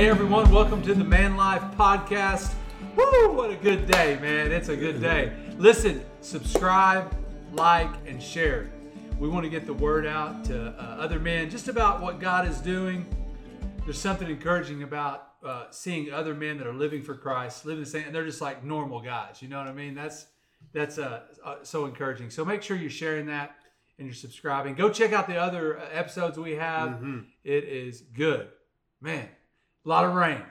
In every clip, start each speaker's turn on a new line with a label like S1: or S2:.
S1: Welcome to the Man Life Podcast. Woo! What a good day, man. It's a good day. Listen, subscribe, like, and share. We want to get the word out to uh, other men just about what God is doing. There's something encouraging about uh, seeing other men that are living for Christ, living the same, and they're just like normal guys. You know what I mean? That's that's uh, uh, so encouraging. So make sure you're sharing that and you're subscribing. Go check out the other uh, episodes we have. It is good, man. A lot of rain.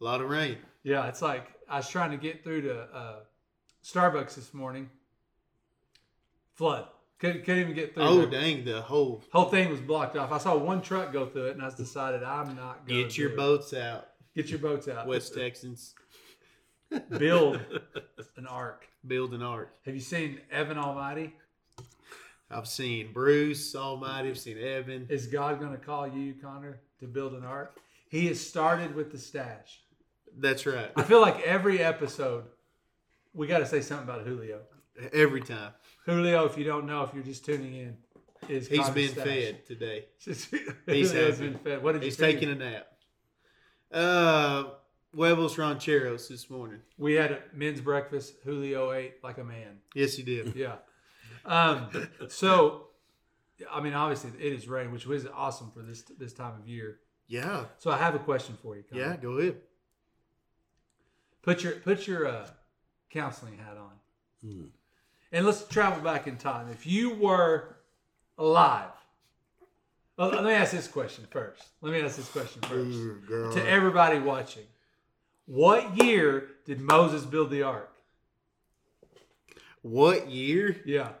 S2: A lot of rain.
S1: Yeah, it's like I was trying to get through to uh, Starbucks this morning. Flood. Couldn't, couldn't even get through.
S2: Oh
S1: there.
S2: dang, the whole
S1: Whole thing was blocked off. I saw one truck go through it, and I decided I'm not going.
S2: get your
S1: do it.
S2: boats out,
S1: Get your boats out.
S2: West Texans.
S1: Build an ark.
S2: Build an ark.
S1: Have you seen Evan Almighty?
S2: I've seen Bruce Almighty. I've seen Evan.
S1: Is God going to call you, Connor, to build an ark? He has started with the stash.
S2: That's right.
S1: I feel like every episode, we got to say something about Julio.
S2: Every time
S1: Julio, if you don't know, if you're just tuning in, is
S2: he's
S1: Connor's
S2: been
S1: stash.
S2: fed today.
S1: He's
S2: happy.
S1: been fed. What did
S2: He's
S1: you figure?
S2: taking a nap. Uh, Huevos Rancheros this morning.
S1: We had a men's breakfast. Julio ate like a man.
S2: Yes, he did.
S1: Yeah. Um, so, I mean, obviously it is rain, which was awesome for this this time of year.
S2: Yeah,
S1: So I have a question for you. Connor.
S2: yeah. Go ahead.
S1: Put your put your uh, counseling hat on, and let's travel back in time. If you were alive, well, let me ask this question first. Let me ask this question first to
S2: e-
S1: everybody watching. What year did Moses build the ark?
S2: What year?
S1: Yeah,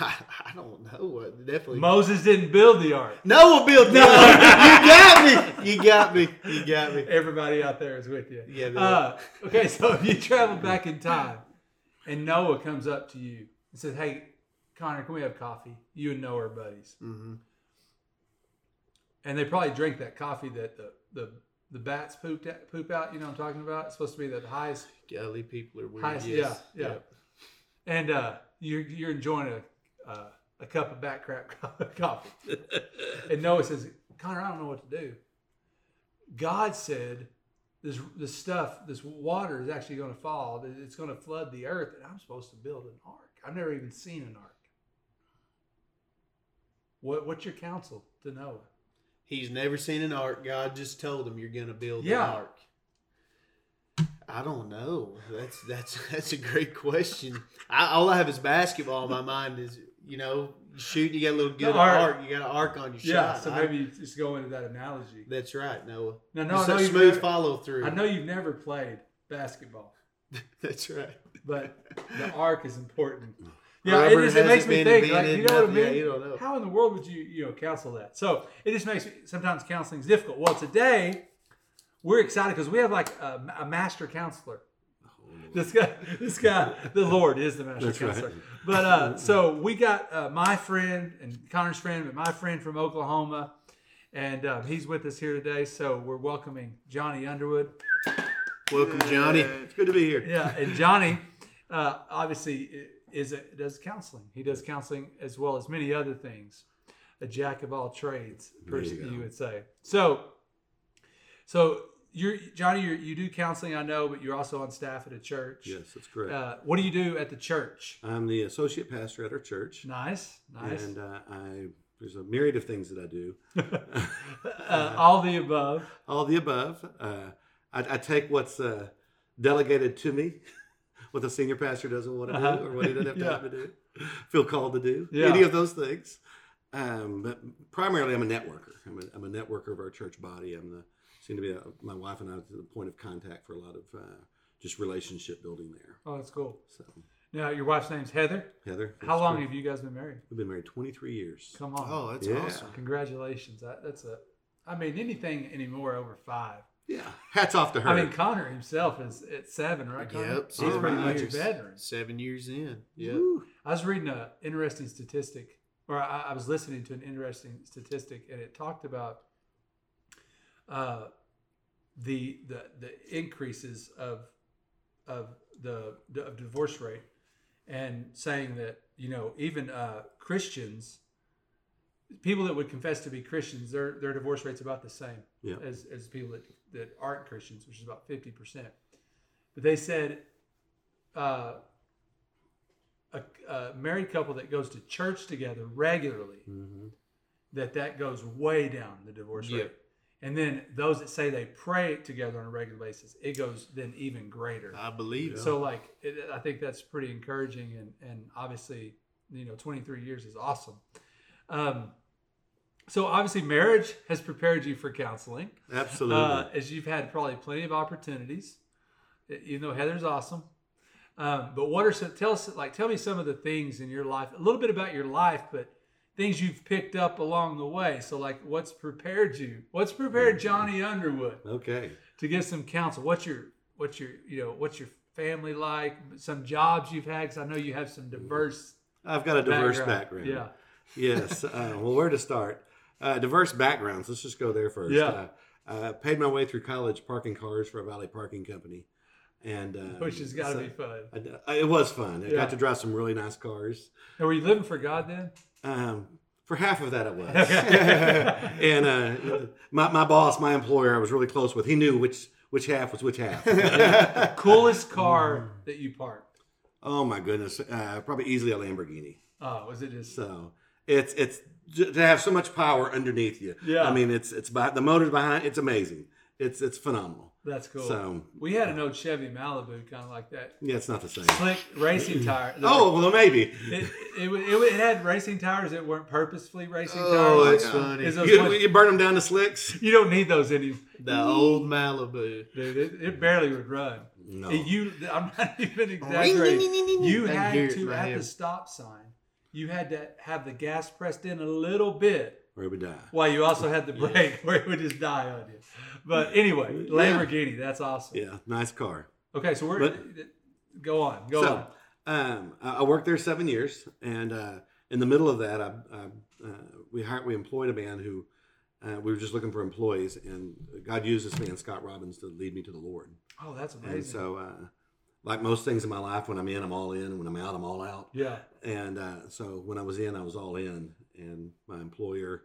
S2: I, don't know. I Definitely.
S1: Moses didn't build the ark.
S2: Noah built. No, you got me. You got me. You got me.
S1: Everybody out there is with you.
S2: Yeah, they
S1: Uh, okay, so if you travel back in time and Noah comes up to you and says, Hey, Connor, can we have coffee? You and Noah are buddies.
S2: Mhm.
S1: And they probably drink that coffee that the, the, the bats pooped at, poop out. You know what I'm talking about? It's supposed to be the highest.
S2: Golly, people are weird.
S1: highest
S2: yes.
S1: Yeah, yeah. And uh, you're, you're enjoying a, uh, a cup of bat crap coffee. and Noah says, Connor, I don't know what to do. God said, this, this stuff, this water is actually going to fall. that It's going to flood the earth, and I'm supposed to build an ark. I've never even seen an ark. What, what's your counsel to Noah?
S2: He's never seen an ark. God just told him you're going to build
S1: Yeah.
S2: an ark. I don't know. That's that's that's a great question. I, all I have is basketball. in My mind is you know you shoot. You got a little good
S1: arc.
S2: arc. You got an arc on your
S1: Yeah,
S2: shot.
S1: so
S2: I-
S1: maybe you just go into that analogy.
S2: that's right, Noah.
S1: Now,
S2: No,
S1: Noah, I
S2: it's
S1: know
S2: a
S1: you've
S2: smooth
S1: never-
S2: follow through.
S1: I know you've never played basketball,
S2: That's right.
S1: but the arc is important. Yeah, it,
S2: Rubber
S1: just, it makes
S2: hasn't
S1: me
S2: been
S1: think. Like, you
S2: invented,
S1: know what I
S2: nothing. Yeah,
S1: mean?
S2: you don't know.
S1: How in the world would you you know counsel that? So it just makes me, sometimes counseling is difficult. Well, today we're excited because we have like a, a master counselor. This guy, this guy, the Lord is the master
S3: That's right.
S1: counselor. But uh, so we got uh, my friend and Connor's friend, but my friend from Oklahoma, and um, he's with us here today. So we're welcoming Johnny Underwood.
S2: Welcome, Johnny.
S3: Yeah, It's good to be here.
S1: Yeah, and Johnny, uh, obviously, i- is a, does counseling. He does counseling as well as many other things. A jack of all trades, person
S3: you
S1: you,
S3: go.
S1: would say. So, so you're Johnny. You're, you do counseling, I know, but you're also on staff at a church.
S3: Yes, that's correct.
S1: Uh, what do you do at the church?
S3: I'm the associate pastor at our church,
S1: Nice, nice.
S3: and uh, I there's a myriad of things that I do,
S1: uh, all the above.
S3: all the above. Uh, I, I take what's uh, delegated to me, what the senior pastor doesn't want to
S1: Uh-huh.
S3: do or what he doesn't have
S1: Yeah.
S3: time to do, feel called to do,
S1: Yeah.
S3: any of those things. Um, but primarily, I'm a networker. I'm a, I'm a networker of our church body. I'm the seem to be a, my wife and I are the point of contact for a lot of uh, just relationship building there.
S1: Oh, that's cool.
S3: So
S1: Now, your wife's name's Heather.
S3: Heather,
S1: How
S3: that's
S1: long
S3: great.
S1: have you guys been married?
S3: We've been married 23 years.
S1: Come on.
S2: Oh, that's
S3: Yeah.
S2: awesome.
S1: Congratulations. That, that's a. I mean, anything anymore over five.
S3: Yeah. Hats off to her.
S1: I mean, Connor himself is at seven, right? Connor?
S2: Yep,
S1: He's
S3: seven
S1: pretty much a
S2: years.
S1: veteran.
S2: Seven years in. Yeah.
S3: Woo.
S1: I was reading an interesting statistic, or I, I was listening to an interesting statistic, and it talked about uh, the the the increases of of the the- of divorce rate, and saying that you know even uh, Christians people that would confess to be Christians, their their divorce rate's about the same
S3: Yeah.
S1: as, as people that, that aren't Christians, which is about fifty percent. But they said uh, a, a married couple that goes to church together regularly
S3: Mm-hmm.
S1: that that goes way down the divorce
S2: Yeah.
S1: rate. And then those that say they pray together on a regular basis, it goes then even greater.
S2: I believe so.
S1: So like, it, I think that's pretty encouraging, and and obviously, you know, 23 years is awesome. Um, so obviously, marriage has prepared you for counseling,
S3: Absolutely.
S1: uh, as you've had probably plenty of opportunities. e- Even though Heather's awesome, um, but what are some? Tell us, like, tell me some of the things in your life. A little bit about your life, but things you've picked up along the way. So like, what's prepared you? What's prepared Johnny Underwood?
S3: okay.
S1: to give some counsel. What's your what's your you know what's your family like? Some jobs you've had? Because I know you have some diverse
S3: I've got a diverse
S1: background.
S3: background.
S1: Yeah,
S3: yes. Uh, well, where to start? Uh, diverse backgrounds. Let's just go there first.
S1: Yeah.
S3: Uh, uh, paid my way through college parking cars for a Valley Parking Company, and um,
S1: which has got to
S3: so-
S1: be fun.
S3: I- I- it was fun. I
S1: Yeah.
S3: got to drive some really nice cars.
S1: And were you living for God then?
S3: Um, for half of that, it was.
S1: Okay.
S3: and uh, my, my boss, my employer, I was really close with. He knew which which half was which half.
S1: Coolest car that you parked?
S3: oh my goodness, uh, probably easily a Lamborghini.
S1: Oh, was it just?
S3: So it's it's j- to have so much power underneath you.
S1: Yeah.
S3: I mean, it's it's by the motor behind. It's amazing. It's it's phenomenal.
S1: That's cool.
S3: So
S1: we had an old Chevy Malibu, kind of like that,
S3: yeah, it's not the same.
S1: slick racing tire.
S3: Oh well, maybe.
S1: It, it, wa- it, wa- it had racing tires that weren't purposefully racing
S2: Oh,
S1: tires.
S2: that's funny.
S1: Is those
S3: You,
S1: ones-
S3: you burn them down to slicks.
S1: you don't need those anymore,
S2: The old Malibu.
S1: dude. It, it barely would run.
S3: No.
S1: And You, I'm not even exaggerating. You
S2: I can
S1: had
S2: hear it in
S1: to
S2: my
S1: at the
S2: head.
S1: stop sign. You had to have the gas pressed in a little bit,
S3: Or it would die.
S1: while you also had the brake, where it would just die on you. But anyway, Lamborghini, that's awesome.
S3: Yeah, nice car.
S1: Okay, so we're go on, go
S3: So
S1: on.
S3: um, I I worked there seven years, and uh, in the middle of that, I, I, uh, we hired we employed a man who uh, we were just looking for employees, and God used this man Scott Robbins to lead me to the Lord.
S1: Oh, that's
S3: And
S1: amazing.
S3: so, uh, like most things in my life, when I'm in, I'm all in. When I'm out, I'm all out.
S1: Yeah,
S3: And uh, so, when I was in, I was all in. And my employer,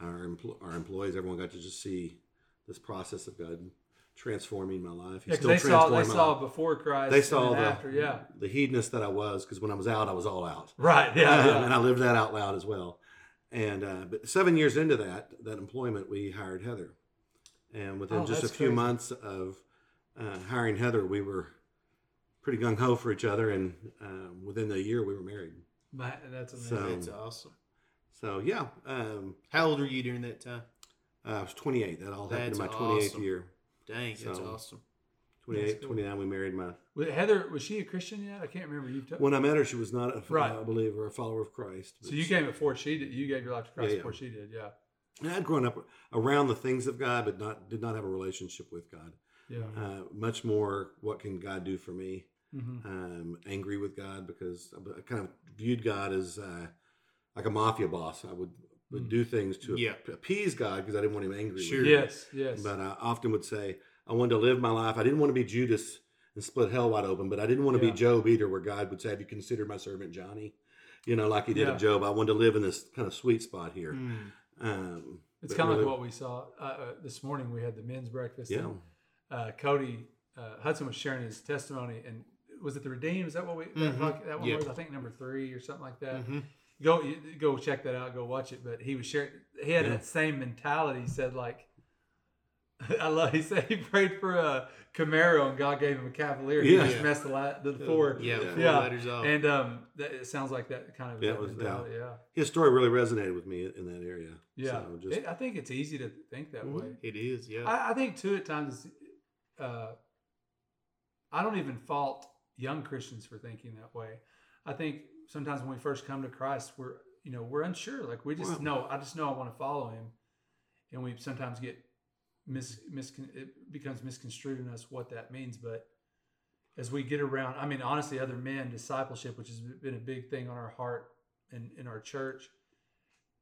S3: our, empl- our employees, everyone got to just see this process of God transforming my life. He's
S1: because they saw
S3: transforming
S1: they
S3: my
S1: saw
S3: life.
S1: before Christ.
S3: They saw
S1: and
S3: the,
S1: then after. Yeah,
S3: the hedonist that I was because when I was out, I was all out.
S1: right. Yeah,
S3: Um,
S1: yeah.
S3: and I lived that out loud as well. And uh, but seven years into that that employment, we hired Heather, and within
S1: Oh,
S3: just a
S1: that's
S3: few
S1: crazy.
S3: months of uh, hiring Heather, we were pretty gung ho for each other, and um, within a year, we were married.
S1: My- that's amazing.
S3: So-
S2: That's awesome.
S3: So yeah, um,
S2: How old were you during that time?
S3: I was 28. That all happened
S2: That's
S3: in my 28th
S2: awesome.
S3: year.
S2: Dang, that's
S3: So-
S2: awesome.
S3: 28,
S1: cool.
S3: 29, we married my.
S1: Was Heather was she a Christian yet? I can't remember. You t-
S3: When I met her, she was not a,
S1: Right.
S3: a believer, a follower of Christ.
S1: so
S3: but
S1: you
S3: she-
S1: came before she did. You gave your life to Christ
S3: Yeah, yeah.
S1: before she did. Yeah,
S3: I had grown up around the things of God, but not did not have a relationship with God.
S1: yeah.
S3: Uh, much more, what can God do for me?
S1: hmm
S3: um, angry with God because I- I kind of viewed God as uh, like a mafia boss. I would would
S1: Mm.
S3: do things to
S2: Yeah.
S3: appease God because I didn't want him angry.
S2: Sure.
S3: With me.
S1: Yes, yes.
S3: But I often would say I wanted to live my life. I didn't want to be Judas and split hell wide open, but I didn't want to
S1: Yeah.
S3: be Job either, where God would say, "Have you considered my servant Johnny?" You know, like he did
S1: Yeah.
S3: of Job. I wanted to live in this kind of sweet spot here.
S2: Mm.
S3: Um,
S1: it's
S3: but
S1: kind of
S3: really-
S1: like what we saw uh, uh, this morning. We had the men's breakfast.
S3: Yeah.
S1: and, uh, Cody uh, Hudson was sharing his testimony, and was it the Redeemed? Is that what we that,
S3: Mm-hmm.
S2: Mhm.
S1: bucket- that one
S2: Yeah.
S1: was? I think number three or something like that.
S2: Mhm.
S1: Go you- go check that out. Go watch it. But he was sharing. He had
S3: Yeah.
S1: that same mentality. He said like. I love. He said he prayed for a Camaro and God gave him a Cavalier. He
S3: Yeah.
S1: just messed the, la- the four.
S2: Yeah,
S3: Yeah.
S2: four
S1: Yeah.
S2: letters off.
S1: And um, that, it sounds like that kind of
S3: Yeah, it was
S1: mentality, yeah.
S3: His story really resonated with me in that area.
S1: Yeah,
S3: So just,
S1: It- I think it's easy to think that
S3: Mhm.
S1: way.
S2: it is, yeah.
S1: I, I think too at times, uh, I don't even fault young Christians for thinking that way. I think sometimes when we first come to Christ, we're you know we're unsure. Like we just
S3: Well-
S1: know. I just know I want to follow Him, and we sometimes get mis, mis it becomes misconstrued in us what that means. But as we get around, I mean, honestly, other men discipleship, which has been a big thing on our heart and in our church.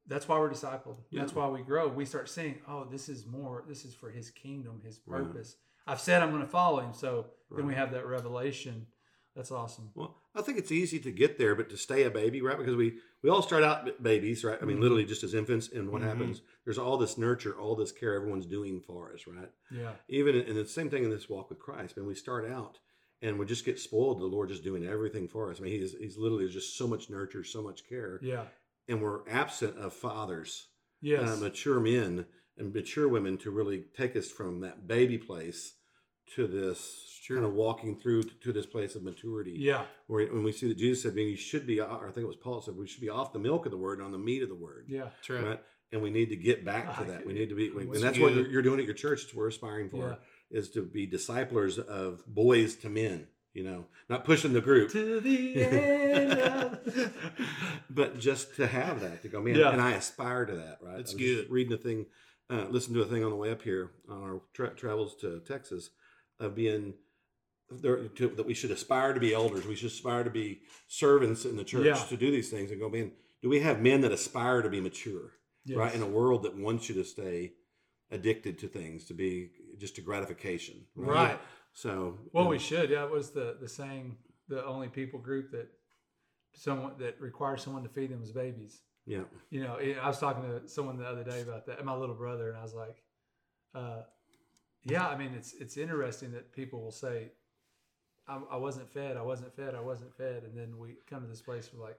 S1: That's why we're discipled. That's
S3: Yeah.
S1: why we grow. We start seeing, oh, this is more. This is for His kingdom, His
S3: Right.
S1: purpose. I've said I'm going to follow Him, so then we
S3: Right.
S1: have that revelation That's awesome.
S3: Well, I think it's easy to get there, but to stay a baby, right? Because we we all start out b- babies, right? I mean,
S1: Mhm.
S3: literally just as infants. And what
S1: Mhm.
S3: happens? There's all this nurture, all this care everyone's doing for us, right?
S1: Yeah.
S3: Even and it's the same thing in this walk with Christ. Man, we start out and we just get spoiled. The Lord just doing everything for us. I mean, He is He's literally just so much nurture, so much care,
S1: Yeah.
S3: and we're absent of fathers,
S1: Yes.
S3: uh, mature men and mature women to really take us from that baby place to this
S1: It's true.
S3: kind of walking through to, to this place of maturity
S1: yeah.
S3: where when we see that Jesus said, "Man, you should be," or I think it was Paul said, "We should be off the milk of the word and on the meat of the word."
S1: Yeah. Ah,
S2: True.
S3: Right? And we need to get back to
S1: I
S3: that. We
S1: could-
S3: need to be, and
S2: was
S3: that's what
S2: good.
S3: you're you're doing at your church. It's what we're aspiring for is to be disciplers of boys to men. You know, not pushing the group,
S1: To the end. of-
S3: but just to have that to go, man.
S1: Yeah.
S3: And I aspire to that. Right?
S2: That's
S3: I was just
S2: good.
S3: Reading a thing, uh, listening to a thing on the way up here on our tra- travels to Texas of being. There, to, that we should aspire to be elders. We should aspire to be servants in the church
S1: Yeah.
S3: to do these things and go, man. Do we have men that aspire to be mature?
S1: Yes.
S3: right? In a world that wants you to stay addicted to things, to be just to gratification,
S1: right.
S3: So,
S1: Well,
S3: um,
S1: we should. Yeah, it was the the saying. The only people group that someone that requires someone to feed them is babies.
S3: yeah,
S1: You know, I was talking to someone the other day about that, my little brother, and I was like, uh, "Yeah, I mean, it's it's interesting that people will say, I, I wasn't fed, I wasn't fed, I wasn't fed,' and then we come to this place where like,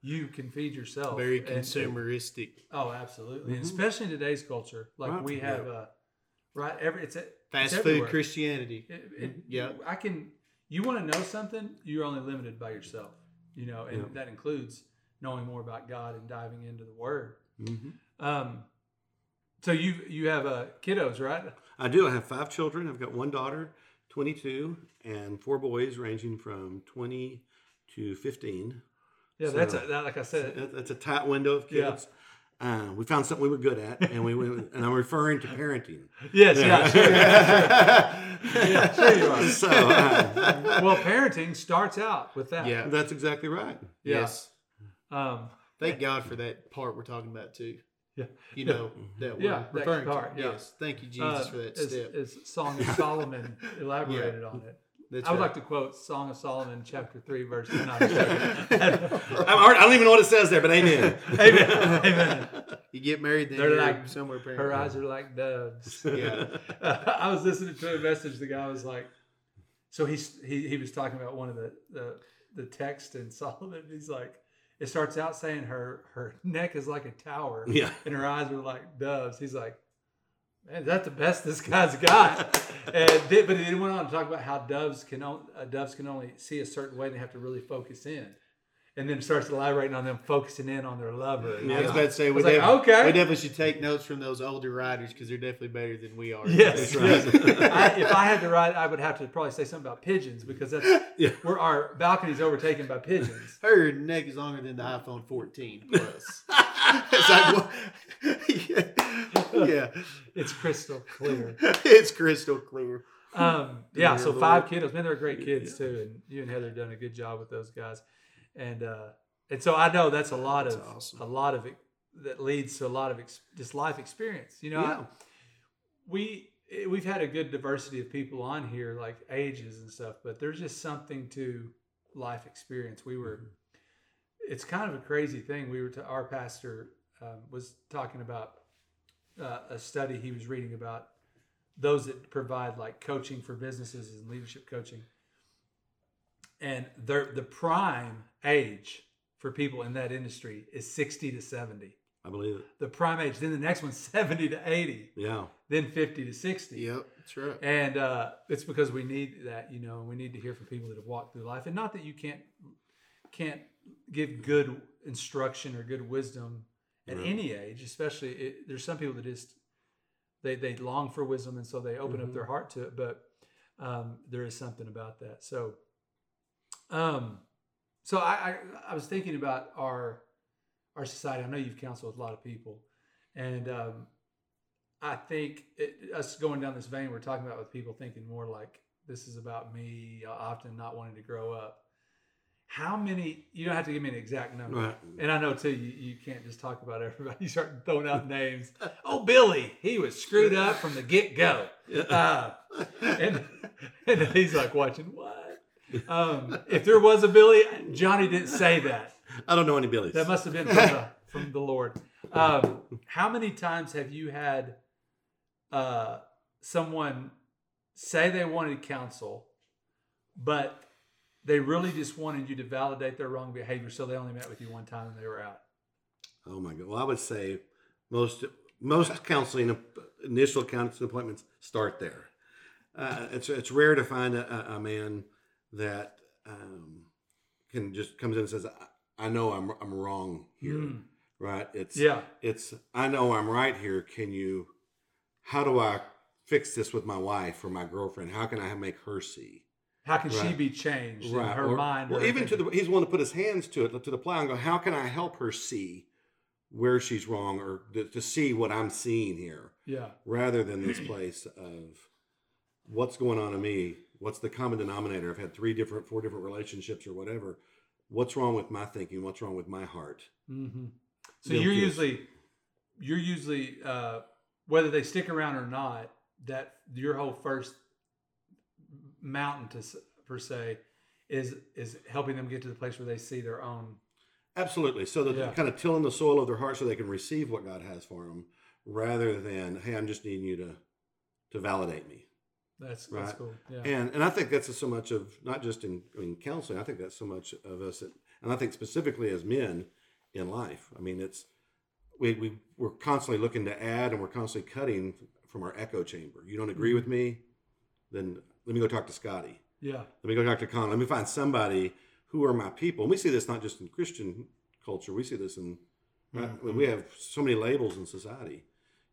S1: you can feed yourself.
S2: Very Mm-hmm.
S1: And-
S2: consumeristic.
S1: Oh, absolutely,
S3: Mhm.
S1: especially in today's culture. Like
S3: Right.
S1: we have, uh, right? Every it's a
S2: Fast food Christianity.
S1: it, it,
S2: Yeah.
S1: I can. You want to know something? You're only limited by yourself. You know, and
S3: Yeah.
S1: that includes knowing more about God and diving into the Word.
S3: Mm-hmm.
S1: Um, so you you have uh, kiddos, right?
S3: I do. I have five children. I've got one daughter, 22, and four boys ranging from 20 to 15.
S1: Yeah, that's a,
S3: So-
S1: that. Like I said,
S3: That- That's a tight window of
S1: Yeah.
S3: kids. Uh, we found something we were good at, and we went, and I'm referring to parenting.
S1: yes, yeah. sure.
S2: yeah,
S1: sure you are.
S3: So uh,
S1: well, parenting starts out with that.
S2: Oh, Yeah.
S3: that's exactly right.
S1: Yeah.
S2: Yes.
S1: Um,
S2: Thank God for that part we're talking about too.
S1: Yeah.
S2: You know
S3: Mm-hmm.
S2: that we're
S1: Yeah, that
S2: referring
S1: part,
S2: to.
S1: yeah.
S2: Yes. Thank you, Jesus,
S1: uh,
S2: for that
S1: as,
S2: step.
S1: as Song of Solomon elaborated on it.
S2: That's
S1: I would
S2: right.
S1: like to quote Song of Solomon, chapter three, verse nine.
S3: I'm already, I don't even know what it says there, but amen.
S1: Amen. Amen.
S2: you get married, then
S1: They're
S2: you're
S1: like
S2: somewhere.
S1: Her
S2: parent.
S1: eyes are like doves.
S2: Yeah.
S1: I was listening to a message. The guy was like, so he's he, he was talking about one of the the, the text in Solomon. He's like, it starts out saying her her neck is like a tower
S3: Yeah.
S1: and her eyes were like doves. He's like, man, that's the best this guy's got. and then, but he went on to talk about how doves can on, uh, doves can only see a certain way. and They have to really focus in. And then starts elaborating on them focusing in on their lover. And I
S2: I was
S1: was
S2: about to say,
S1: I
S2: we,
S1: was like,
S2: definitely,
S1: okay.
S2: we definitely should take notes from those older writers because they're definitely better than we are.
S1: Yes,
S3: That's right.
S1: yes. I, if I had to write, I would have to probably say something about pigeons because that's
S3: Yeah.
S1: where our balcony's overtaken by pigeons.
S2: Her neck is longer than the iPhone 14 plus. it's like, what? yeah.
S1: It's crystal clear.
S2: It's crystal clear.
S1: Um, yeah,
S2: Dear
S1: so
S2: Lord.
S1: five kiddos, man, they're great kids too, and you and Heather have done a good job with those guys, and uh, and so I know that's a lot
S2: That's
S1: of
S2: awesome.
S1: a lot of it that leads to a lot of ex- just life experience. You know, I-
S3: Yeah.
S1: we eh, we've had a good diversity of people on here like ages and stuff but there's just something to life experience we were it's kind of a crazy thing we were to our pastor um, was talking about uh, a study he was reading about those that provide like coaching for businesses and leadership coaching and their the prime age for people in that industry is 60 to 70
S3: I believe it.
S1: the prime age then the next one's 70 to 80
S3: Yeah.
S1: then 50 to 60.
S2: Yep, that's right.
S1: And uh, it's because we need that, you know, and we need to hear from people that have walked through life. And not that you can't can't give good instruction or good wisdom at
S3: Right.
S1: any age, especially it, there's some people that just they they long for wisdom and so they open up
S2: Mhm.
S1: their heart to it, but um, there is something about that. So um so I, I I was thinking about our our society. I know you've counseled with a lot of people and um, I think it, us going down this vein, we're talking about with people thinking more like this is about me, uh, often not wanting to grow up. How many? You don't have to give me an exact number,
S3: Right.
S1: and I know too you, you can't just talk about everybody. You start throwing out names. Oh, Billy, he was screwed up from the get go,
S3: Yeah.
S1: uh, and and he's like watching what. Um, if there was a Billy, Johnny didn't say that.
S3: I don't know any Billies.
S1: That must have been from the, from the Lord. Um, how many times have you had uh, someone say they wanted counsel, but they really just wanted you to validate their wrong behavior, so they only met with you one time and they were out?
S3: Oh my God. Well, I would say most most counseling initial counseling appointments start there. Uh, it's it's rare to find a, a- a man that um, can just comes in and says, "I, I know I'm I'm wrong here."
S1: Mm.
S3: Right? It's
S1: Yeah.
S3: It's I know I'm right here. Can you? How do I fix this with my wife or my girlfriend? How can I make her see?
S1: How can she
S3: Right.
S1: be changed in her
S3: or,
S1: mind?
S3: Well,
S1: her
S3: even to
S1: thinking?
S3: the he's willing to put his hands to it to the plow and go, how can I help her see where she's wrong or to, to see what I'm seeing here,
S1: yeah,
S3: rather than this place of what's going on in me, what's the common denominator? I've had three different, four different relationships or whatever. What's wrong with my thinking? What's wrong with my heart?
S1: hmm So
S3: They'll
S1: you're
S3: feel-
S1: usually you're usually uh, whether they stick around or not. That your whole first mountain to s- per se is is helping them get to the place where they see their own.
S3: Absolutely. So that
S1: Yeah.
S3: they're kind of tilling the soil of their heart so they can receive what God has for them, rather than hey, I'm just needing you to to validate me.
S1: That's that's
S3: Right.
S1: cool. Yeah.
S3: And and I think that's so much of not just in I mean counseling. I think that's so much of us, and I think specifically as men in life. I mean, it's we we we're constantly looking to add, and we're constantly cutting from our echo chamber. You don't
S1: Mm-hmm.
S3: agree with me, then let me go talk to Scotty.
S1: yeah.
S3: Let me go talk to Con. Let me find somebody who are my people. And we see this not just in Christian culture. We see this in
S1: Mm-hmm.
S3: right? we have so many labels in society.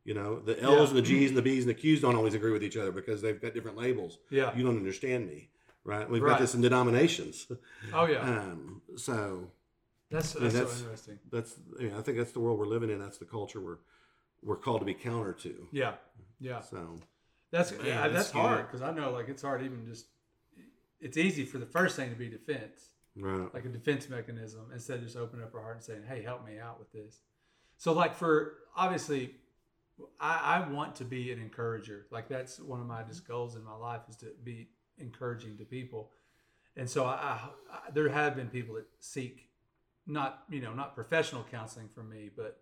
S3: You know, the L's
S1: Yeah.
S3: and the G's and the B's and the Q's don't always agree with each other because they've got different labels.
S1: Yeah.
S3: You don't understand me, right? We've
S1: Right.
S3: got this in denominations.
S1: Oh yeah.
S3: Um, so
S1: That's
S3: I
S1: that's,
S3: mean,
S1: so
S3: that's-
S1: interesting.
S3: that's I, mean, I think that's the world we're living in. That's the culture we're we're called to be counter to.
S1: Yeah. Yeah.
S3: So
S1: That's
S2: Man,
S1: yeah, that's
S2: that's good.
S1: hard because I know like it's hard even just. It's easy for the first thing to be defense.
S3: right.
S1: like a defense mechanism instead of just opening up our heart and saying, "Hey, help me out with this." So, like for obviously, I, I want to be an encourager. Like that's one of my just goals in my life is to be encouraging to people. And so, I, I, I there have been people that seek not you know not professional counseling from me, but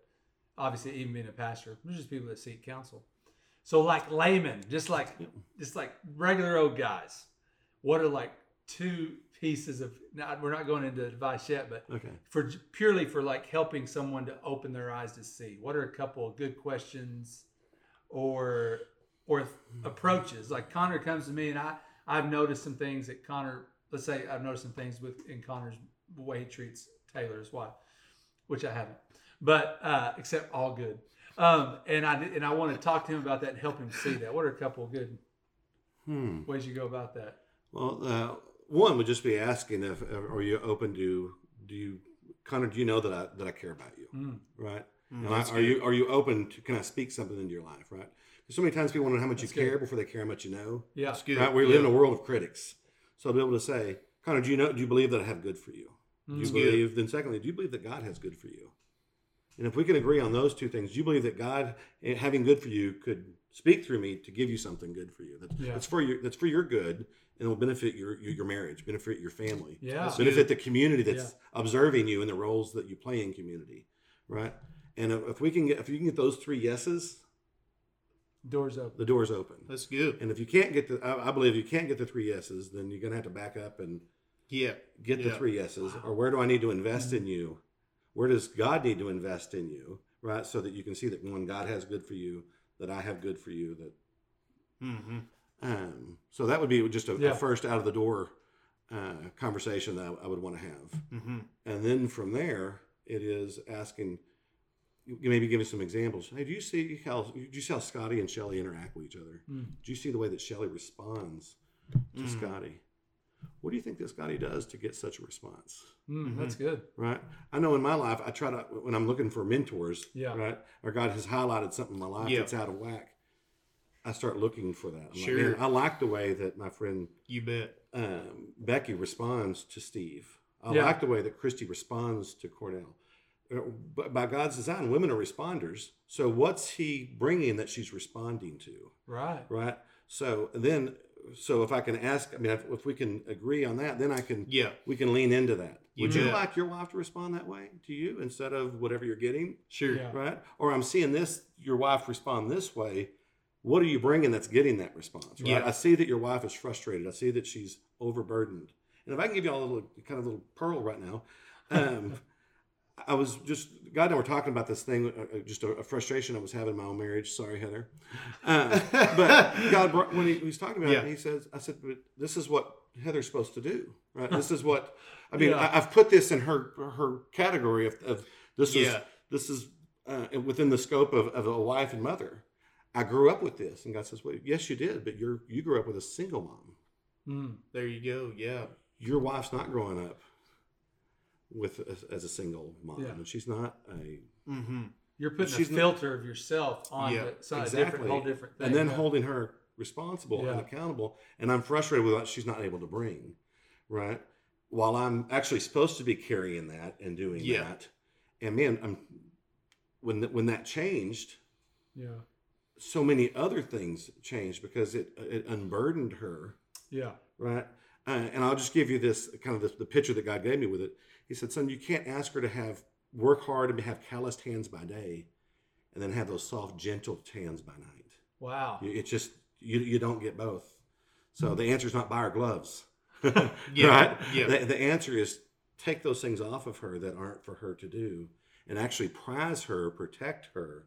S1: obviously even being a pastor, there's just people that seek counsel. So, like laymen, just like just like regular old guys, what are like two pieces of? Now, we're not going into advice yet, but
S3: Okay.
S1: for purely for like helping someone to open their eyes to see what are a couple of good questions or or
S2: Hmm.
S1: approaches like connor comes to me and i i've noticed some things that connor let's say i've noticed some things with in connor's way he treats taylor's wife which i haven't but uh except all good um and i and i want to talk to him about that and help him see that what are a couple of good
S3: Hmm.
S1: ways you go about that
S3: Well, uh, one would just be asking if are you open to do you Connor? Do you know that I that I care about you,
S1: Mm,
S3: right?
S2: Mm,
S3: and I,
S2: that's
S3: are you are you open to can I speak something into your life, right? 'Cause so many times people want to know how much
S1: That's
S3: you
S1: good.
S3: care before they care how much you know.
S1: yeah
S2: That's good.
S3: Right? We live in
S2: Yeah.
S3: a world of critics, so to be able to say, Connor, do you know? Do you believe that I have good for you? Do you
S1: Mm,
S2: good.
S3: believe? Then secondly, do you believe that God has good for you? And if we can agree on those two things, do you believe that God eh, having good for you could speak through me to give you something good for you? That's,
S1: Yeah.
S3: that's for your that's for your good, and will benefit your your, your marriage, benefit your family,
S1: yeah
S2: That's
S3: benefit the community that's observing you and the roles that you play in community, right? And if if we can get if you can get those three yeses,
S1: doors open
S3: the door's open.
S2: That's good.
S3: And if you can't get the, I, I believe you can't get the three yeses, then you're gonna have to back up and
S2: Yeah.
S3: get the
S2: Yeah.
S3: three yeses or where do i need to invest in you where does god need to invest in you right so that you can see that one god has good for you that i have good for you that
S2: Mm-hmm.
S3: um so that would be just a, a
S1: Yeah.
S3: first out of the door uh, conversation that I, I would want to have
S2: Mm-hmm.
S3: and then from there it is asking you- maybe giving some examples hey do you see how do you see how scotty and shelly interact with each other
S1: Mm.
S3: do you see the way that shelly responds to
S2: Mm.
S3: scotty what do you think that scotty does to get such a response
S1: Mm, that's
S3: Mm-hmm.
S1: good
S3: Right. I know in my life, I try to, when I'm looking for mentors,
S1: Yeah.
S3: right, or God has highlighted something in my life
S2: Yeah.
S3: that's out of whack, I start looking for that. I'm like,
S2: Sure.
S3: "Man, I like the way that my friend
S2: You bet.
S3: um, Becky responds to Steve. I
S1: Yeah.
S3: like the way that Christy responds to Cornell. Uh, But by God's design, women are responders. So what's he bringing that she's responding to?
S1: right
S3: Right. So then so if I can ask, I mean, if, if we can agree on that, then I can.
S2: Yeah.
S3: We can lean into that.
S2: You
S3: Would you
S2: bet.
S3: like your wife to respond that way to you instead of whatever you're getting,
S2: Sure.
S1: Yeah.
S3: right? Or I'm seeing this, your wife respond this way. What are you bringing that's getting that response? Right?
S2: Yeah.
S3: I see that your wife is frustrated. I see that she's overburdened. And if I can give you all a little kind of little pearl right now, um, I was just God and I were talking about this thing, uh, uh, just a, a frustration I was having in my own marriage. Sorry, Heather, uh, but God brought, when he, he was talking about
S2: Yeah.
S3: it, he says, "I said, but this is what Heather's supposed to do, right? This is what I mean.
S1: Yeah.
S3: I, I've put this in her her category of, of this is
S2: Yeah.
S3: this is uh, within the scope of, of a wife and mother. I grew up with this, and God says, well, yes, you did, but you're you grew up with a single mom.
S1: Mm.
S2: There you go. Yeah.
S3: Your wife's not growing up." With a, as a single mom,
S1: Yeah.
S3: and she's not a
S2: Mm-hmm.
S1: You're putting
S3: She's
S1: a
S3: not-
S1: filter of yourself on
S2: Yeah,
S1: the, so a
S3: exactly.
S1: different, whole different thing.
S3: and then
S1: Yeah.
S3: holding her responsible
S1: Yeah.
S3: and accountable. And I'm frustrated with what she's not able to bring, right? While I'm actually supposed to be carrying that and doing
S2: Yeah.
S3: that. And man, I'm when th- when that changed,
S1: yeah,
S3: so many other things changed because it it unburdened her,
S1: yeah,
S3: right? Uh, and I'll just give you this kind of the, the picture that God gave me with it. He said, "Son, you can't ask her to have work hard and have calloused hands by day, and then have those soft, gentle hands by night."
S1: wow,
S3: You- It's just you you don't get both. So the answer's not buy her gloves.
S2: Yeah,
S3: Right?
S2: yeah.
S3: The, the answer is take those things off of her that aren't for her to do and actually prize her, protect her.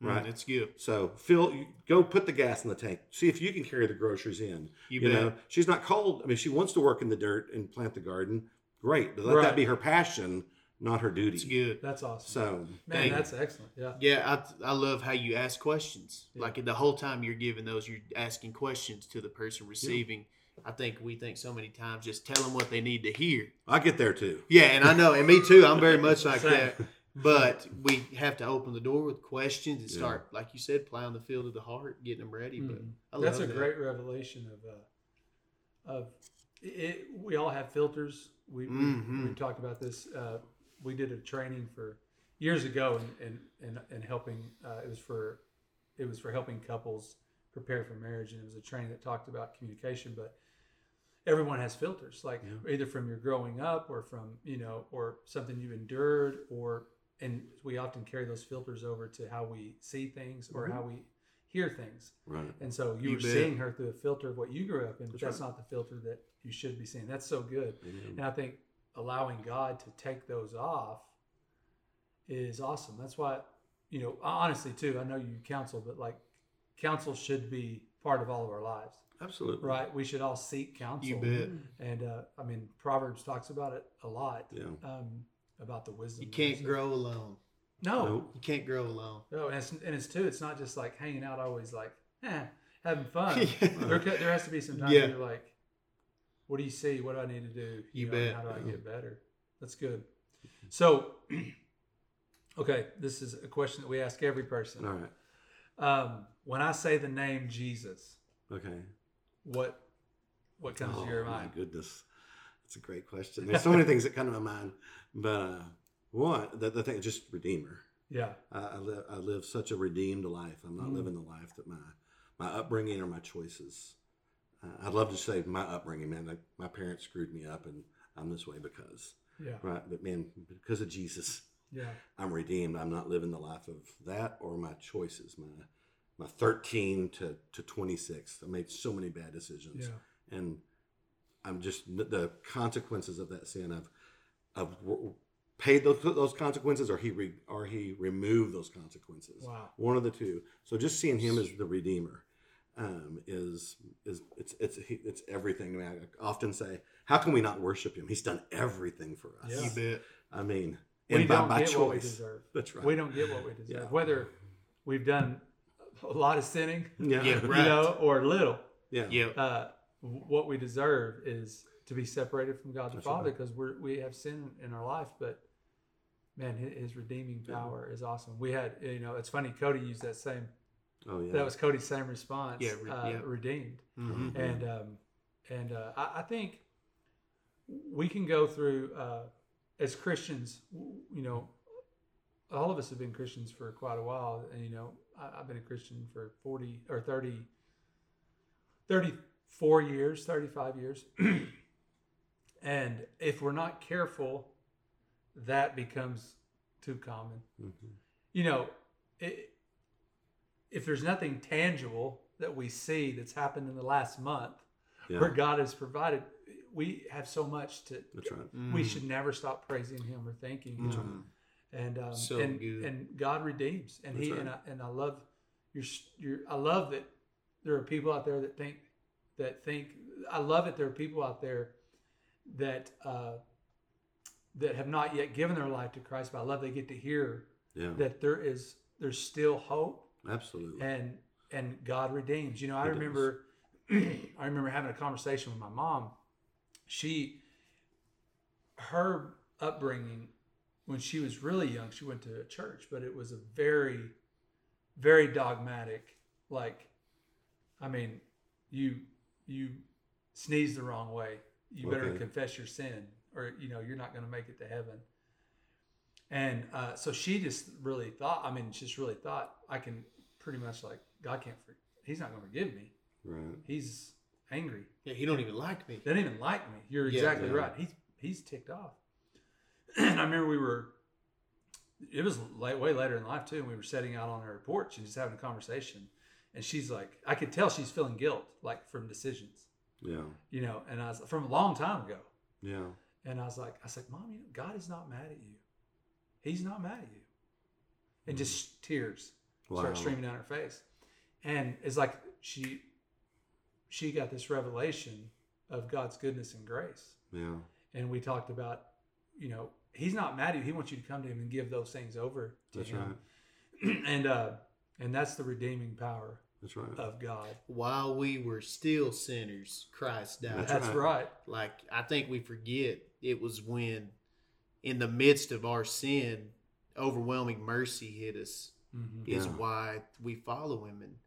S3: Right.
S2: Right. It's good.
S3: So Phil, you- go put the gas in the tank. See if you can carry the groceries in.
S2: You,
S3: You
S2: bet.
S3: know, she's not cold. I mean, she wants to work in the dirt and plant the garden. Great. But let
S1: Right.
S3: that be her passion, not her duty.
S2: It's good.
S1: that's awesome.
S3: So
S1: Man,
S2: Thank you.
S1: that's excellent. Yeah,
S2: Yeah, I, I love how you ask questions.
S1: Yeah.
S2: Like the whole time you're giving those, you're asking questions to the person receiving. I think we think so many times just tell them what they need to hear.
S3: I get there too.
S2: Yeah, and I know, and me too. I'm very much like
S1: Same.
S2: that. But we have to open the door with questions and
S3: Yeah.
S2: start, like you said, plowing the field of the heart, getting them ready. But
S1: Mhm.
S2: I love
S1: that's a
S2: that.
S1: great revelation of uh, of it. We all have filters. We we-
S2: Mhm.
S1: we, talked about this. Uh, we did a training for years ago and and and, and helping. Uh, it was for it was for helping couples prepare for marriage, and it was a training that talked about communication, but. Everyone has filters, like
S3: Yeah.
S1: either from your growing up or from, you know, or something you've endured, or, and we often carry those filters over to how we see things or
S2: Mm-hmm.
S1: how we hear things.
S3: Right.
S1: And so you,
S2: You
S1: were
S2: bet.
S1: seeing her through a filter of what you grew up in, but
S3: That's
S1: that's
S3: right.
S1: not the filter that you should be seeing. That's so good.
S3: Amen.
S1: And I think allowing God to take those off is awesome. That's why, you know, honestly, too, I know you counsel, but like counsel should be part of all of our lives,
S3: Absolutely.
S1: right? We should all seek counsel.
S2: You bet.
S1: And uh, I mean, Proverbs talks about it a lot
S3: Yeah.
S1: um, about the wisdom.
S2: You
S1: of
S2: can't
S1: it.
S2: grow alone.
S1: No,
S3: Nope.
S2: You can't grow alone.
S1: no, Oh, and it's, and it's too. It's not just like hanging out, always like eh, having fun.
S2: Yeah.
S1: There, could- there has to be some times
S2: Yeah.
S1: you're like, what do you see? What do I need to do?
S2: You
S1: know, and
S2: bet.
S1: How do I get better? That's good.
S3: Mm-hmm.
S1: So, okay, this is a question that we ask every person.
S3: All right.
S1: Um, when I say the name Jesus,
S3: Okay.
S1: what what comes to your mind?
S3: Oh, My goodness, that's a great question. There's so many things that come to my mind, but uh, one, the, the thing, just Redeemer.
S1: Yeah,
S3: I, I, live, I live such a redeemed life. I'm not
S1: Mm.
S3: living the life that my my upbringing or my choices. Uh, I'd love to say my upbringing, man. Like my parents screwed me up, and I'm this way because
S1: yeah,
S3: right. But man, because of Jesus,
S1: yeah,
S3: I'm redeemed. I'm not living the life of that or my choices. My my 13 to to 26. I made so many bad decisions
S1: yeah,
S3: and I'm just the consequences of that sin. I've I've w- paid those those consequences, or he re, or he removed those consequences.
S1: Wow.
S3: One of the two. So just seeing him as the redeemer um, is is it's it's he- it's everything. I, mean, I often say, how can we not worship him? He's done everything for us.
S1: Yeah.
S2: You bet.
S3: I mean,
S1: We
S3: and by,
S1: don't
S3: by
S1: get what we
S3: choice.
S1: deserve.
S3: That's right.
S1: We don't get what we deserve.
S3: Yeah.
S1: Whether we've done a lot of sinning,
S3: Yeah.
S2: Yeah,
S1: you
S2: right.
S1: know, or little,
S3: Yeah.
S2: Yeah.
S1: uh, what we deserve is to be separated from God the
S3: That's
S1: Father
S3: right.
S1: because we're we have sin in our life, but man, hi- His redeeming
S3: Yeah.
S1: power is awesome. We had, you know, it's funny. Cody used that same.
S3: Oh yeah.
S1: That was Cody's same response.
S2: Yeah, re-
S1: uh,
S2: yeah.
S1: redeemed,
S2: hmm
S3: Mhm.
S1: and um, and uh, I, I think we can go through uh, as Christians. w- You know, all of us have been Christians for quite a while, and you know, I, I've been a Christian for forty or thirty. 30 four years, 35 years. and if we're not careful, that becomes too common.
S3: Mm-hmm.
S1: You know, it, if there's nothing tangible that we see that's happened in the last month
S3: Yeah.
S1: where God has provided, we have so much to,
S3: That's right.
S2: Mm-hmm.
S1: we should never stop praising Him or thanking Him
S2: Mm.
S1: and um,
S2: So
S1: and,
S2: good.
S1: and God redeems, and He
S3: That's
S1: and I, and I love your s- your I love that there are people out there that think that think I love it. There are people out there that uh, that have not yet given their life to Christ, but I love they get to hear
S3: Yeah.
S1: that there is there's still hope
S3: Absolutely.
S1: and and God redeems. You know, I
S3: He does.
S1: remember I remember having a conversation with my mom. She her upbringing when she was really young, she went to a church, but it was a very very dogmatic like I mean, you you sneeze the wrong way. You better
S3: Okay.
S1: confess your sin or you know, you're not going to make it to heaven. And uh, so she just really thought, I mean, just really thought, I can pretty much like, God can't, for, he's not going to forgive me.
S3: Right.
S1: He's angry.
S2: Yeah, he don't even like me.
S1: They didn't even like me. You're
S2: Yeah,
S1: exactly
S3: yeah.
S1: right. He's, he's ticked off. and I remember we were, it was late, way later in life too. And we were sitting out on her porch and just having a conversation. And she's like, I could tell she's feeling guilt, like from decisions,
S3: Yeah.
S1: you know, and I was from a long time ago.
S3: Yeah.
S1: And I was like, I said, Mom, you know, God is not mad at you. He's not mad at you. And just tears
S3: Mm. Wow.
S1: start streaming down her face. And it's like she she got this revelation of God's goodness and grace.
S3: Yeah.
S1: And we talked about, you know, he's not mad at you. He wants you to come to him and give those things over to
S3: That's right.
S1: him. and uh and that's the redeeming power
S3: That's right.
S1: of God.
S2: While we were still sinners, Christ died.
S3: That's
S1: That's,
S3: right.
S1: right.
S2: Like I think we forget it was when, in the midst of our sin, overwhelming mercy hit us.
S1: Mhm.
S2: Is
S3: Yeah.
S2: why we follow Him, and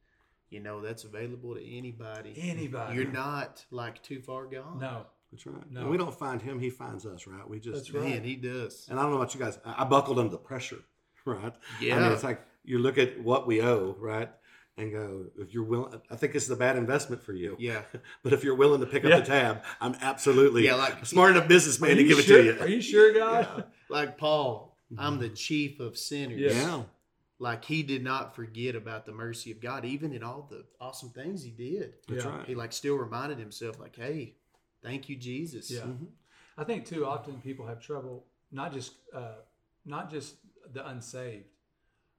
S2: you know that's available to anybody.
S1: Anybody.
S2: You're not like too far gone.
S1: No.
S3: That's right.
S1: No.
S3: And we don't find him; he finds us, right? We just
S1: That's right.
S2: man, He does.
S3: And I don't know about you guys. I I buckled under the pressure, right? I
S2: Yeah.
S3: mean, it's like you look at what we owe, right? And go, if you're willing, I think it's a bad investment for you.
S2: Yeah,
S3: But if you're willing to pick up
S1: Yeah.
S3: the tab, I'm absolutely
S2: Yeah, like-
S3: smart enough businessman to give
S1: sure?
S3: it
S1: Are
S3: to you.
S1: you sure, God?
S2: like Paul, I'm the chief of sinners.
S1: Yeah.
S3: Mm-hmm. Yeah.
S2: Like he did not forget about the mercy of God, even in all the awesome things he did.
S3: That's
S1: Yeah.
S3: right.
S2: He like still reminded himself, like, "Hey, thank you, Jesus."
S1: Yeah,
S3: Mm-hmm.
S1: I think too often people have trouble not just uh, not just the unsaved,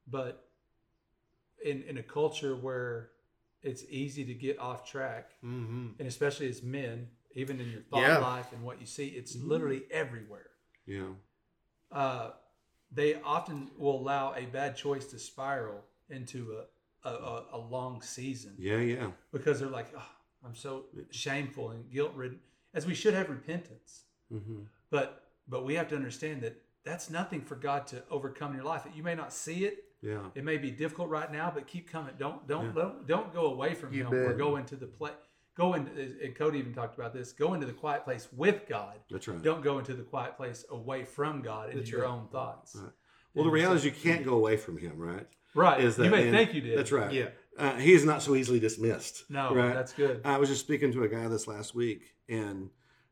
S1: but in in a culture where it's easy to get off track,
S2: Mm-hmm.
S1: and especially as men, even in your thought
S2: Yeah.
S1: life and what you see, it's literally everywhere.
S3: Yeah.
S1: Uh, they often will allow a bad choice to spiral into a a, a, a long season
S3: Yeah. Yeah.
S1: because they're like, oh, I'm so shameful and guilt ridden, as we should have repentance.
S3: Mm-hmm.
S1: But but we have to understand that that's nothing for God to overcome in your life. You may not see it.
S3: Yeah.
S1: It may be difficult right now, but keep coming. Don't don't
S3: Yeah.
S1: don't, don't go away from
S2: You
S1: Him or
S2: bet.
S1: go into the play. Go into and Cody even talked about this. Go into the quiet place with God.
S3: That's right.
S1: Don't go into the quiet place away from God into
S2: That's
S1: your
S2: right.
S1: own thoughts.
S3: Right. well, the reality is you can't go away from him, right?
S1: Right.
S3: Is that
S1: you may
S3: man-
S1: think you did.
S3: That's right.
S2: Yeah.
S3: Uh, he is not so easily dismissed.
S1: No,
S3: Right.
S1: that's good.
S3: I was just speaking to a guy this last week, and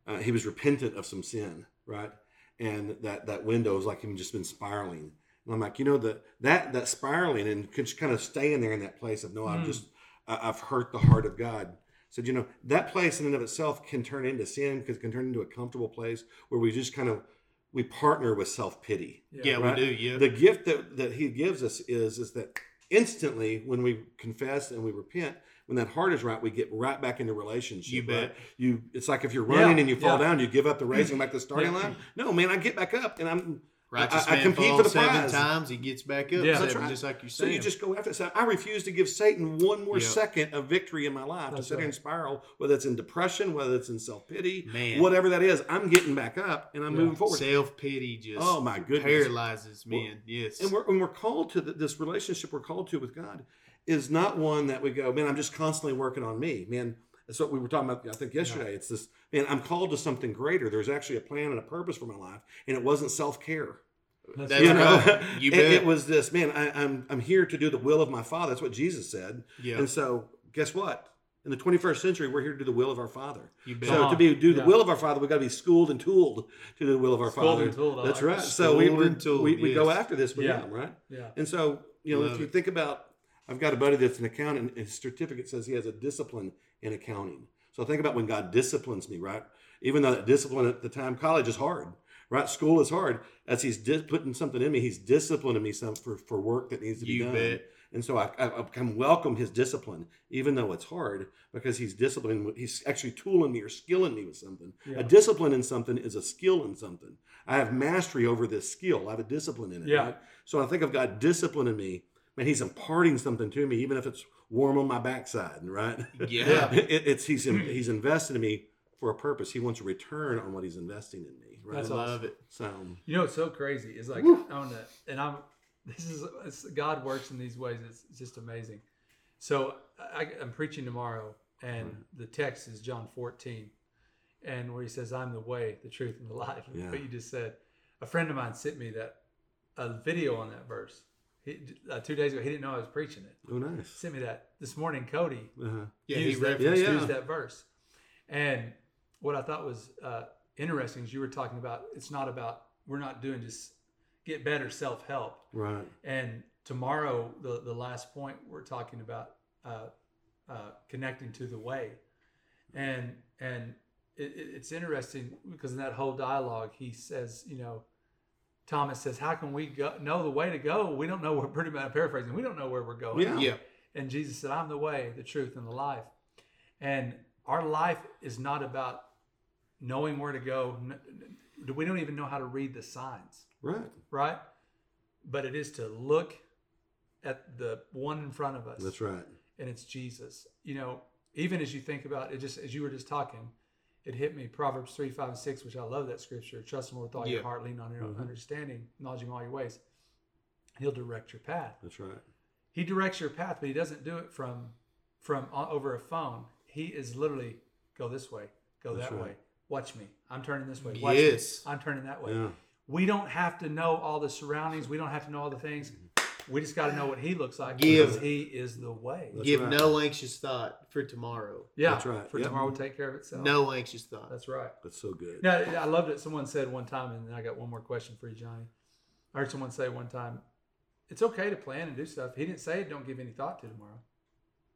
S3: uh, he was repentant of some sin, right? And that that window was like him just been spiraling. And I'm like, you know, the that that spiraling and just kind of staying there in that place of no, I've
S1: Mm.
S3: just I, I've hurt the heart of God. Said, you know, that place in and of itself can turn into sin because it can turn into a comfortable place where we just kind of we partner with self pity.
S2: Yeah,
S3: Right.
S2: we do. Yeah,
S3: The gift that, that he gives us is is that instantly when we confess and we repent, when that heart is right, we get right back into relationship.
S2: You bet.
S3: right? You it's like if you're
S1: Yeah,
S3: running and you fall
S1: yeah.
S3: down, you give up the race and back to the starting
S1: Yeah.
S3: line. No, man, I get back up and I'm
S2: righteous
S3: I- I
S2: man
S3: compete
S2: falls
S3: for the
S2: seven
S3: prize.
S2: times, he gets back up.
S1: Yeah.
S2: seven,
S1: That's
S3: right.
S2: just like you
S3: so
S2: said.
S3: you just go after it. So I refuse to give Satan one more
S2: Yeah.
S3: second of victory in my life
S1: That's
S3: to sit here
S1: right.
S3: and spiral, whether it's in depression, whether it's in self pity,
S2: Man.
S3: whatever that is. I'm getting back up and I'm
S1: Yeah.
S3: moving forward.
S2: self pity just
S3: Oh my goodness.
S2: paralyzes men. yes,
S3: And we're, and we're called to th- this relationship we're called to with God is not one that we go, man, I'm just constantly working on me. Man, that's what we were talking about, I think, yesterday. It's this, man, I'm called to something greater. There's actually a plan and a purpose for my life. And it wasn't self care.
S1: That's
S2: That's
S3: You
S1: right.
S3: know,
S2: right. You
S3: it,
S2: bet.
S3: it was this, man, I, I'm, I'm here to do the will of my Father. That's what Jesus said.
S2: yeah,
S3: And so, guess what? in the 21st century, we're here to do the will of our Father.
S2: You bet.
S3: So
S1: Come
S3: to
S1: on.
S3: be do
S1: Yeah.
S3: the will of our Father, we've got to be schooled and tooled to do the will of our
S1: Schooled
S3: Father.
S1: and tooled, I
S3: That's
S1: like
S3: right.
S1: that.
S3: So we
S2: Schooled
S3: we,
S2: and tooled,
S3: we, we go
S2: yes.
S3: after this with
S1: Yeah.
S3: him, right?
S1: Yeah.
S3: And so you know,
S2: Love
S3: if you
S2: it.
S3: think about, I've got a buddy that's an accountant. His certificate says he has a discipline in accounting. So think about when God disciplines me, right? Even though that discipline at the time, college is hard, right? School is hard. As He's di- putting something in me, He's disciplining me some for, for work that needs to be
S2: You
S3: done.
S2: bet.
S3: And so I, I, I can welcome his discipline, even though it's hard, because he's disciplining. He's actually tooling me or skilling me with something.
S1: Yeah.
S3: A discipline in something is a skill in something. I have mastery over this skill. I have a discipline in it.
S1: Yeah.
S3: right? So I think of God disciplining me, man. He's imparting something to me, even if it's warm on my backside, right?
S2: Yeah.
S3: it, it's he's he's invested in me for a purpose. He wants a return on what he's investing in me. Right.
S1: That's
S2: I
S1: awesome.
S2: love it.
S3: So
S1: You know what's so crazy is like on the and I'm this is it's, God works in these ways. It's just amazing. So I, I'm preaching tomorrow, and the text is John 14, and where he says, "I'm the way, the truth, and the life."
S3: Yeah.
S1: What you just said. A friend of mine sent me that a video on that verse. He, uh, two days ago, he didn't know I was preaching it.
S3: oh, nice.
S1: Sent me that this morning. Cody
S3: Uh-huh.
S2: Yeah, he
S1: used, that,
S2: referenced
S3: Yeah, yeah.
S1: used that verse. And what I thought was uh, interesting is you were talking about it's not about we're not doing just get better self help.
S3: Right.
S1: And tomorrow, the the last point we're talking about uh, uh, connecting to the way, and and it, it- it's interesting because in that whole dialogue, he says, you know. Thomas says, "How can we go, know the way to go? We don't know. We're pretty much I'm paraphrasing. We don't know where we're going.
S3: Oh, Yeah.
S2: Yeah.
S1: And Jesus said, I'm the way, the truth, and the life. And our life is not about knowing where to go. N- n- We don't even know how to read the signs,
S3: Right.
S1: right? But it is to look at the one in front of us.
S3: That's right.
S1: And it's Jesus. You know, even as you think about it, just as you were just talking, it hit me Proverbs 3, 5, and 6, which I love that scripture. Trust in the Lord with all your
S2: Yeah.
S1: heart, lean on your own
S3: Mhm.
S1: understanding, acknowledge him all your ways. He'll direct your path
S3: That's right.
S1: he directs your path but he doesn't do it from from o- over a phone he is literally go this way go
S3: That's
S1: that
S3: right.
S1: way watch me i'm turning this way watch
S2: Yes.
S1: me. i'm turning that way
S3: Yeah.
S1: we don't have to know all the surroundings we don't have to know all the things we just got to know what he looks like
S2: Give.
S1: because he is the way
S3: That's
S2: Give
S3: right.
S2: no anxious thought for tomorrow.
S1: yeah
S3: That's right.
S1: for
S3: Yeah.
S1: tomorrow will take care of itself
S2: No anxious thought.
S1: that's right
S3: That's so good.
S1: now i loved it someone said one time and i got one more question for you johnny i heard someone say one time it's okay to plan and do stuff he didn't say don't give any thought to tomorrow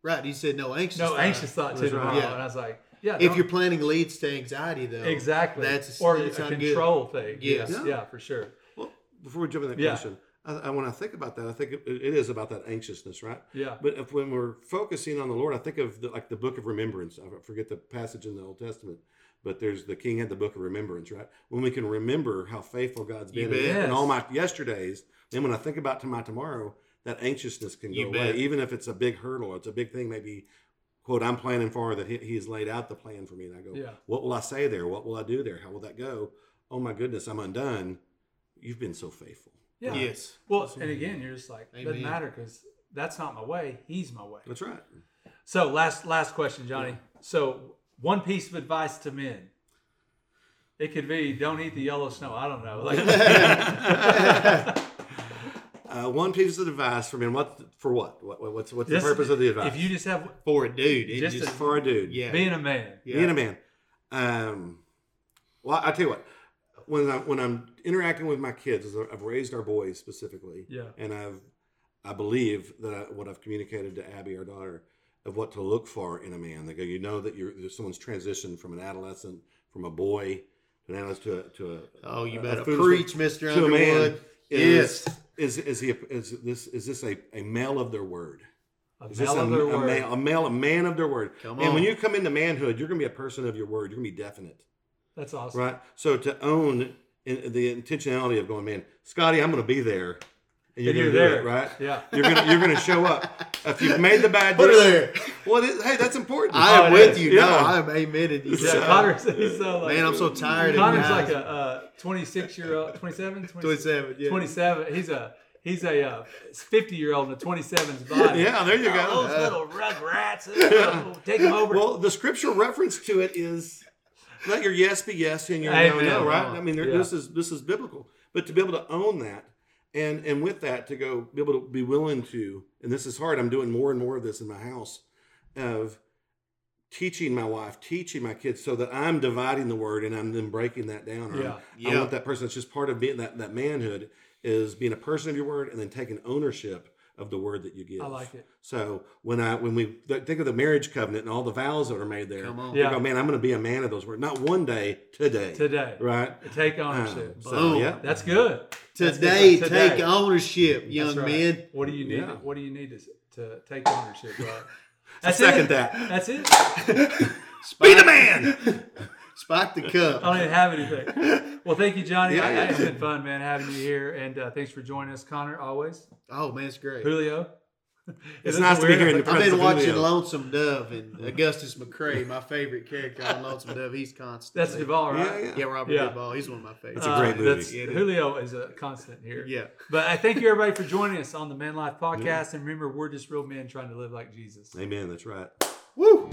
S2: Right. He said no anxious
S1: no
S2: thought.
S1: anxious thought to
S3: That's right.
S1: tomorrow
S2: Yeah.
S1: and i was like yeah
S2: If
S1: don't-
S2: your planning leads to anxiety though.
S1: Exactly.
S2: That's
S1: or a
S2: that's not good.
S1: control thing.
S2: Yes.
S1: Yeah.
S3: Yeah.
S1: for sure.
S3: Well, before we jump in that
S1: Yeah.
S3: question, I, I, when I think about that, I think it, it is about that anxiousness, right?
S1: Yeah.
S3: But if when we're focusing on the Lord, I think of the, like the Book of Remembrance. I forget the passage in the Old Testament, but there's the King had the Book of Remembrance, right? When we can remember how faithful God's
S2: You
S3: been in,
S1: bet.
S3: in all my yesterdays, then when I think about to my tomorrow, that anxiousness can go
S2: You
S3: away,
S2: bet.
S3: even if it's a big hurdle. It's a big thing, maybe. Quote, I'm planning for that he, he's laid out the plan for me. And I go,
S1: Yeah.
S3: What will I say there? What will I do there? How will that go? Oh my goodness, I'm undone. You've been so faithful.
S1: Yeah.
S2: Yes.
S1: Well, and again, you're just like doesn't
S2: Amen.
S1: matter because that's not my way. He's my way.
S3: That's right.
S1: So last last question, Johnny. So one piece of advice to men. It could be don't eat the yellow snow. I don't know. Like
S3: Uh, one piece of advice for men. What for? What? what what's what's
S1: this-
S3: the purpose of the advice?
S1: If you just have
S2: For a dude. It
S1: Just
S2: just,
S1: a-
S3: for a dude,
S2: yeah.
S1: being a man,
S2: yeah.
S3: being a man. Um, well, I tell you what. When I when I'm interacting with my kids, as I've raised our boys specifically,
S1: Yeah.
S3: and I've I believe that I, what I've communicated to Abby, our daughter, of what to look for in a man. They go, you know that you're that someone's transitioned from an adolescent, from a boy, to an adolescent to a, to a
S2: Oh, you
S3: a- a
S2: better
S3: foolish-
S2: preach, Mr.
S3: to a man
S2: Underwood.
S3: is is is he a, is this is this a, a male of their word?
S1: a
S3: Is this
S1: male
S3: a,
S1: of their
S3: a
S1: word.
S3: male a male a man of their word?
S2: Come
S3: And
S2: on.
S3: when you come into manhood, you're going to be a person of your word. You're going to be definite,
S1: That's awesome.
S3: right? So to own in, the intentionality of going, man, Scotty, I'm going to be there, and
S1: And you're
S3: gonna do
S1: there.
S3: it, right?
S1: Yeah.
S3: You're gonna you're gonna show up. If you've made the bad
S2: Put her
S3: decision-
S2: there.
S3: Well, it- hey, that's important.
S2: I am
S1: Oh, it
S2: with
S1: is.
S2: you. No,
S3: Yeah.
S2: I am amen in you.
S1: Yeah,
S2: son.
S1: Connor's, he's so like,
S2: man, I'm so tired of
S1: Connor's
S2: guys.
S1: like a uh, 26 year old, 27, 26.
S2: 27. Yeah.
S1: 27. He's a he's a uh, 50 year old in a 27's body.
S3: yeah, there you go.
S1: Oh, those little rug rats. oh, Take them over.
S3: Well, the scripture reference to it is let your yes be yes and your no
S1: Amen.
S3: no, right? I mean, there,
S1: Yeah.
S3: this is this is biblical, but to be able to own that and and with that to go be able to be willing to, and this is hard. I'm doing more and more of this in my house, of teaching my wife, teaching my kids, so that I'm dividing the word and I'm then breaking that down. Or
S1: Yeah.
S3: I'm- I
S2: Yeah.
S3: want that person. It's just part of being that that manhood is being a person of your word and then taking ownership of the word that you give.
S1: I like it.
S3: So when I when we th- think of the marriage covenant and all the vows that are made there,
S2: Come on.
S3: you
S1: Yeah.
S3: go, man, I'm going to be a man of those words. Not one day, today,
S1: Today.
S3: right?
S1: Take
S3: Um,
S1: ownership.
S3: so,
S2: Boom.
S3: yeah,
S1: That's good. That's good.
S2: Today,
S1: Today.
S2: take ownership,
S1: That's
S2: young
S1: right.
S2: men.
S1: What do you need?
S3: Yeah.
S1: What do you need to, to take ownership? Right.
S3: second
S1: it.
S3: that.
S1: That's it.
S2: Be the man. Spike the cup.
S1: I don't even have anything. Well, thank you, Johnny.
S3: Yeah, yeah.
S1: It's been fun, man, having you here, and uh, thanks for joining us, Connor. Always,
S2: Oh man, it's great.
S1: Julio.
S3: It's
S1: It
S3: nice
S1: is
S3: to be
S1: weird,
S3: here in
S1: but
S3: the
S2: I've been
S3: Prince of
S2: watching
S3: Julio.
S2: Lonesome Dove and Augustus McCrae, my favorite character on Lonesome Dove. He's constant.
S1: That's Duvall, right?
S3: Yeah,
S2: Yeah, Robert
S1: Yeah. Uh,
S2: Duvall. He's one of my favorites.
S3: It's a great movie.
S1: that's-
S2: Yeah, it is.
S1: Julio is a constant here.
S2: Yeah.
S1: But I thank you, everybody, for joining us on the Man Life Podcast. And remember, we're just real men trying to live like Jesus.
S3: Amen. That's right.
S2: Woo.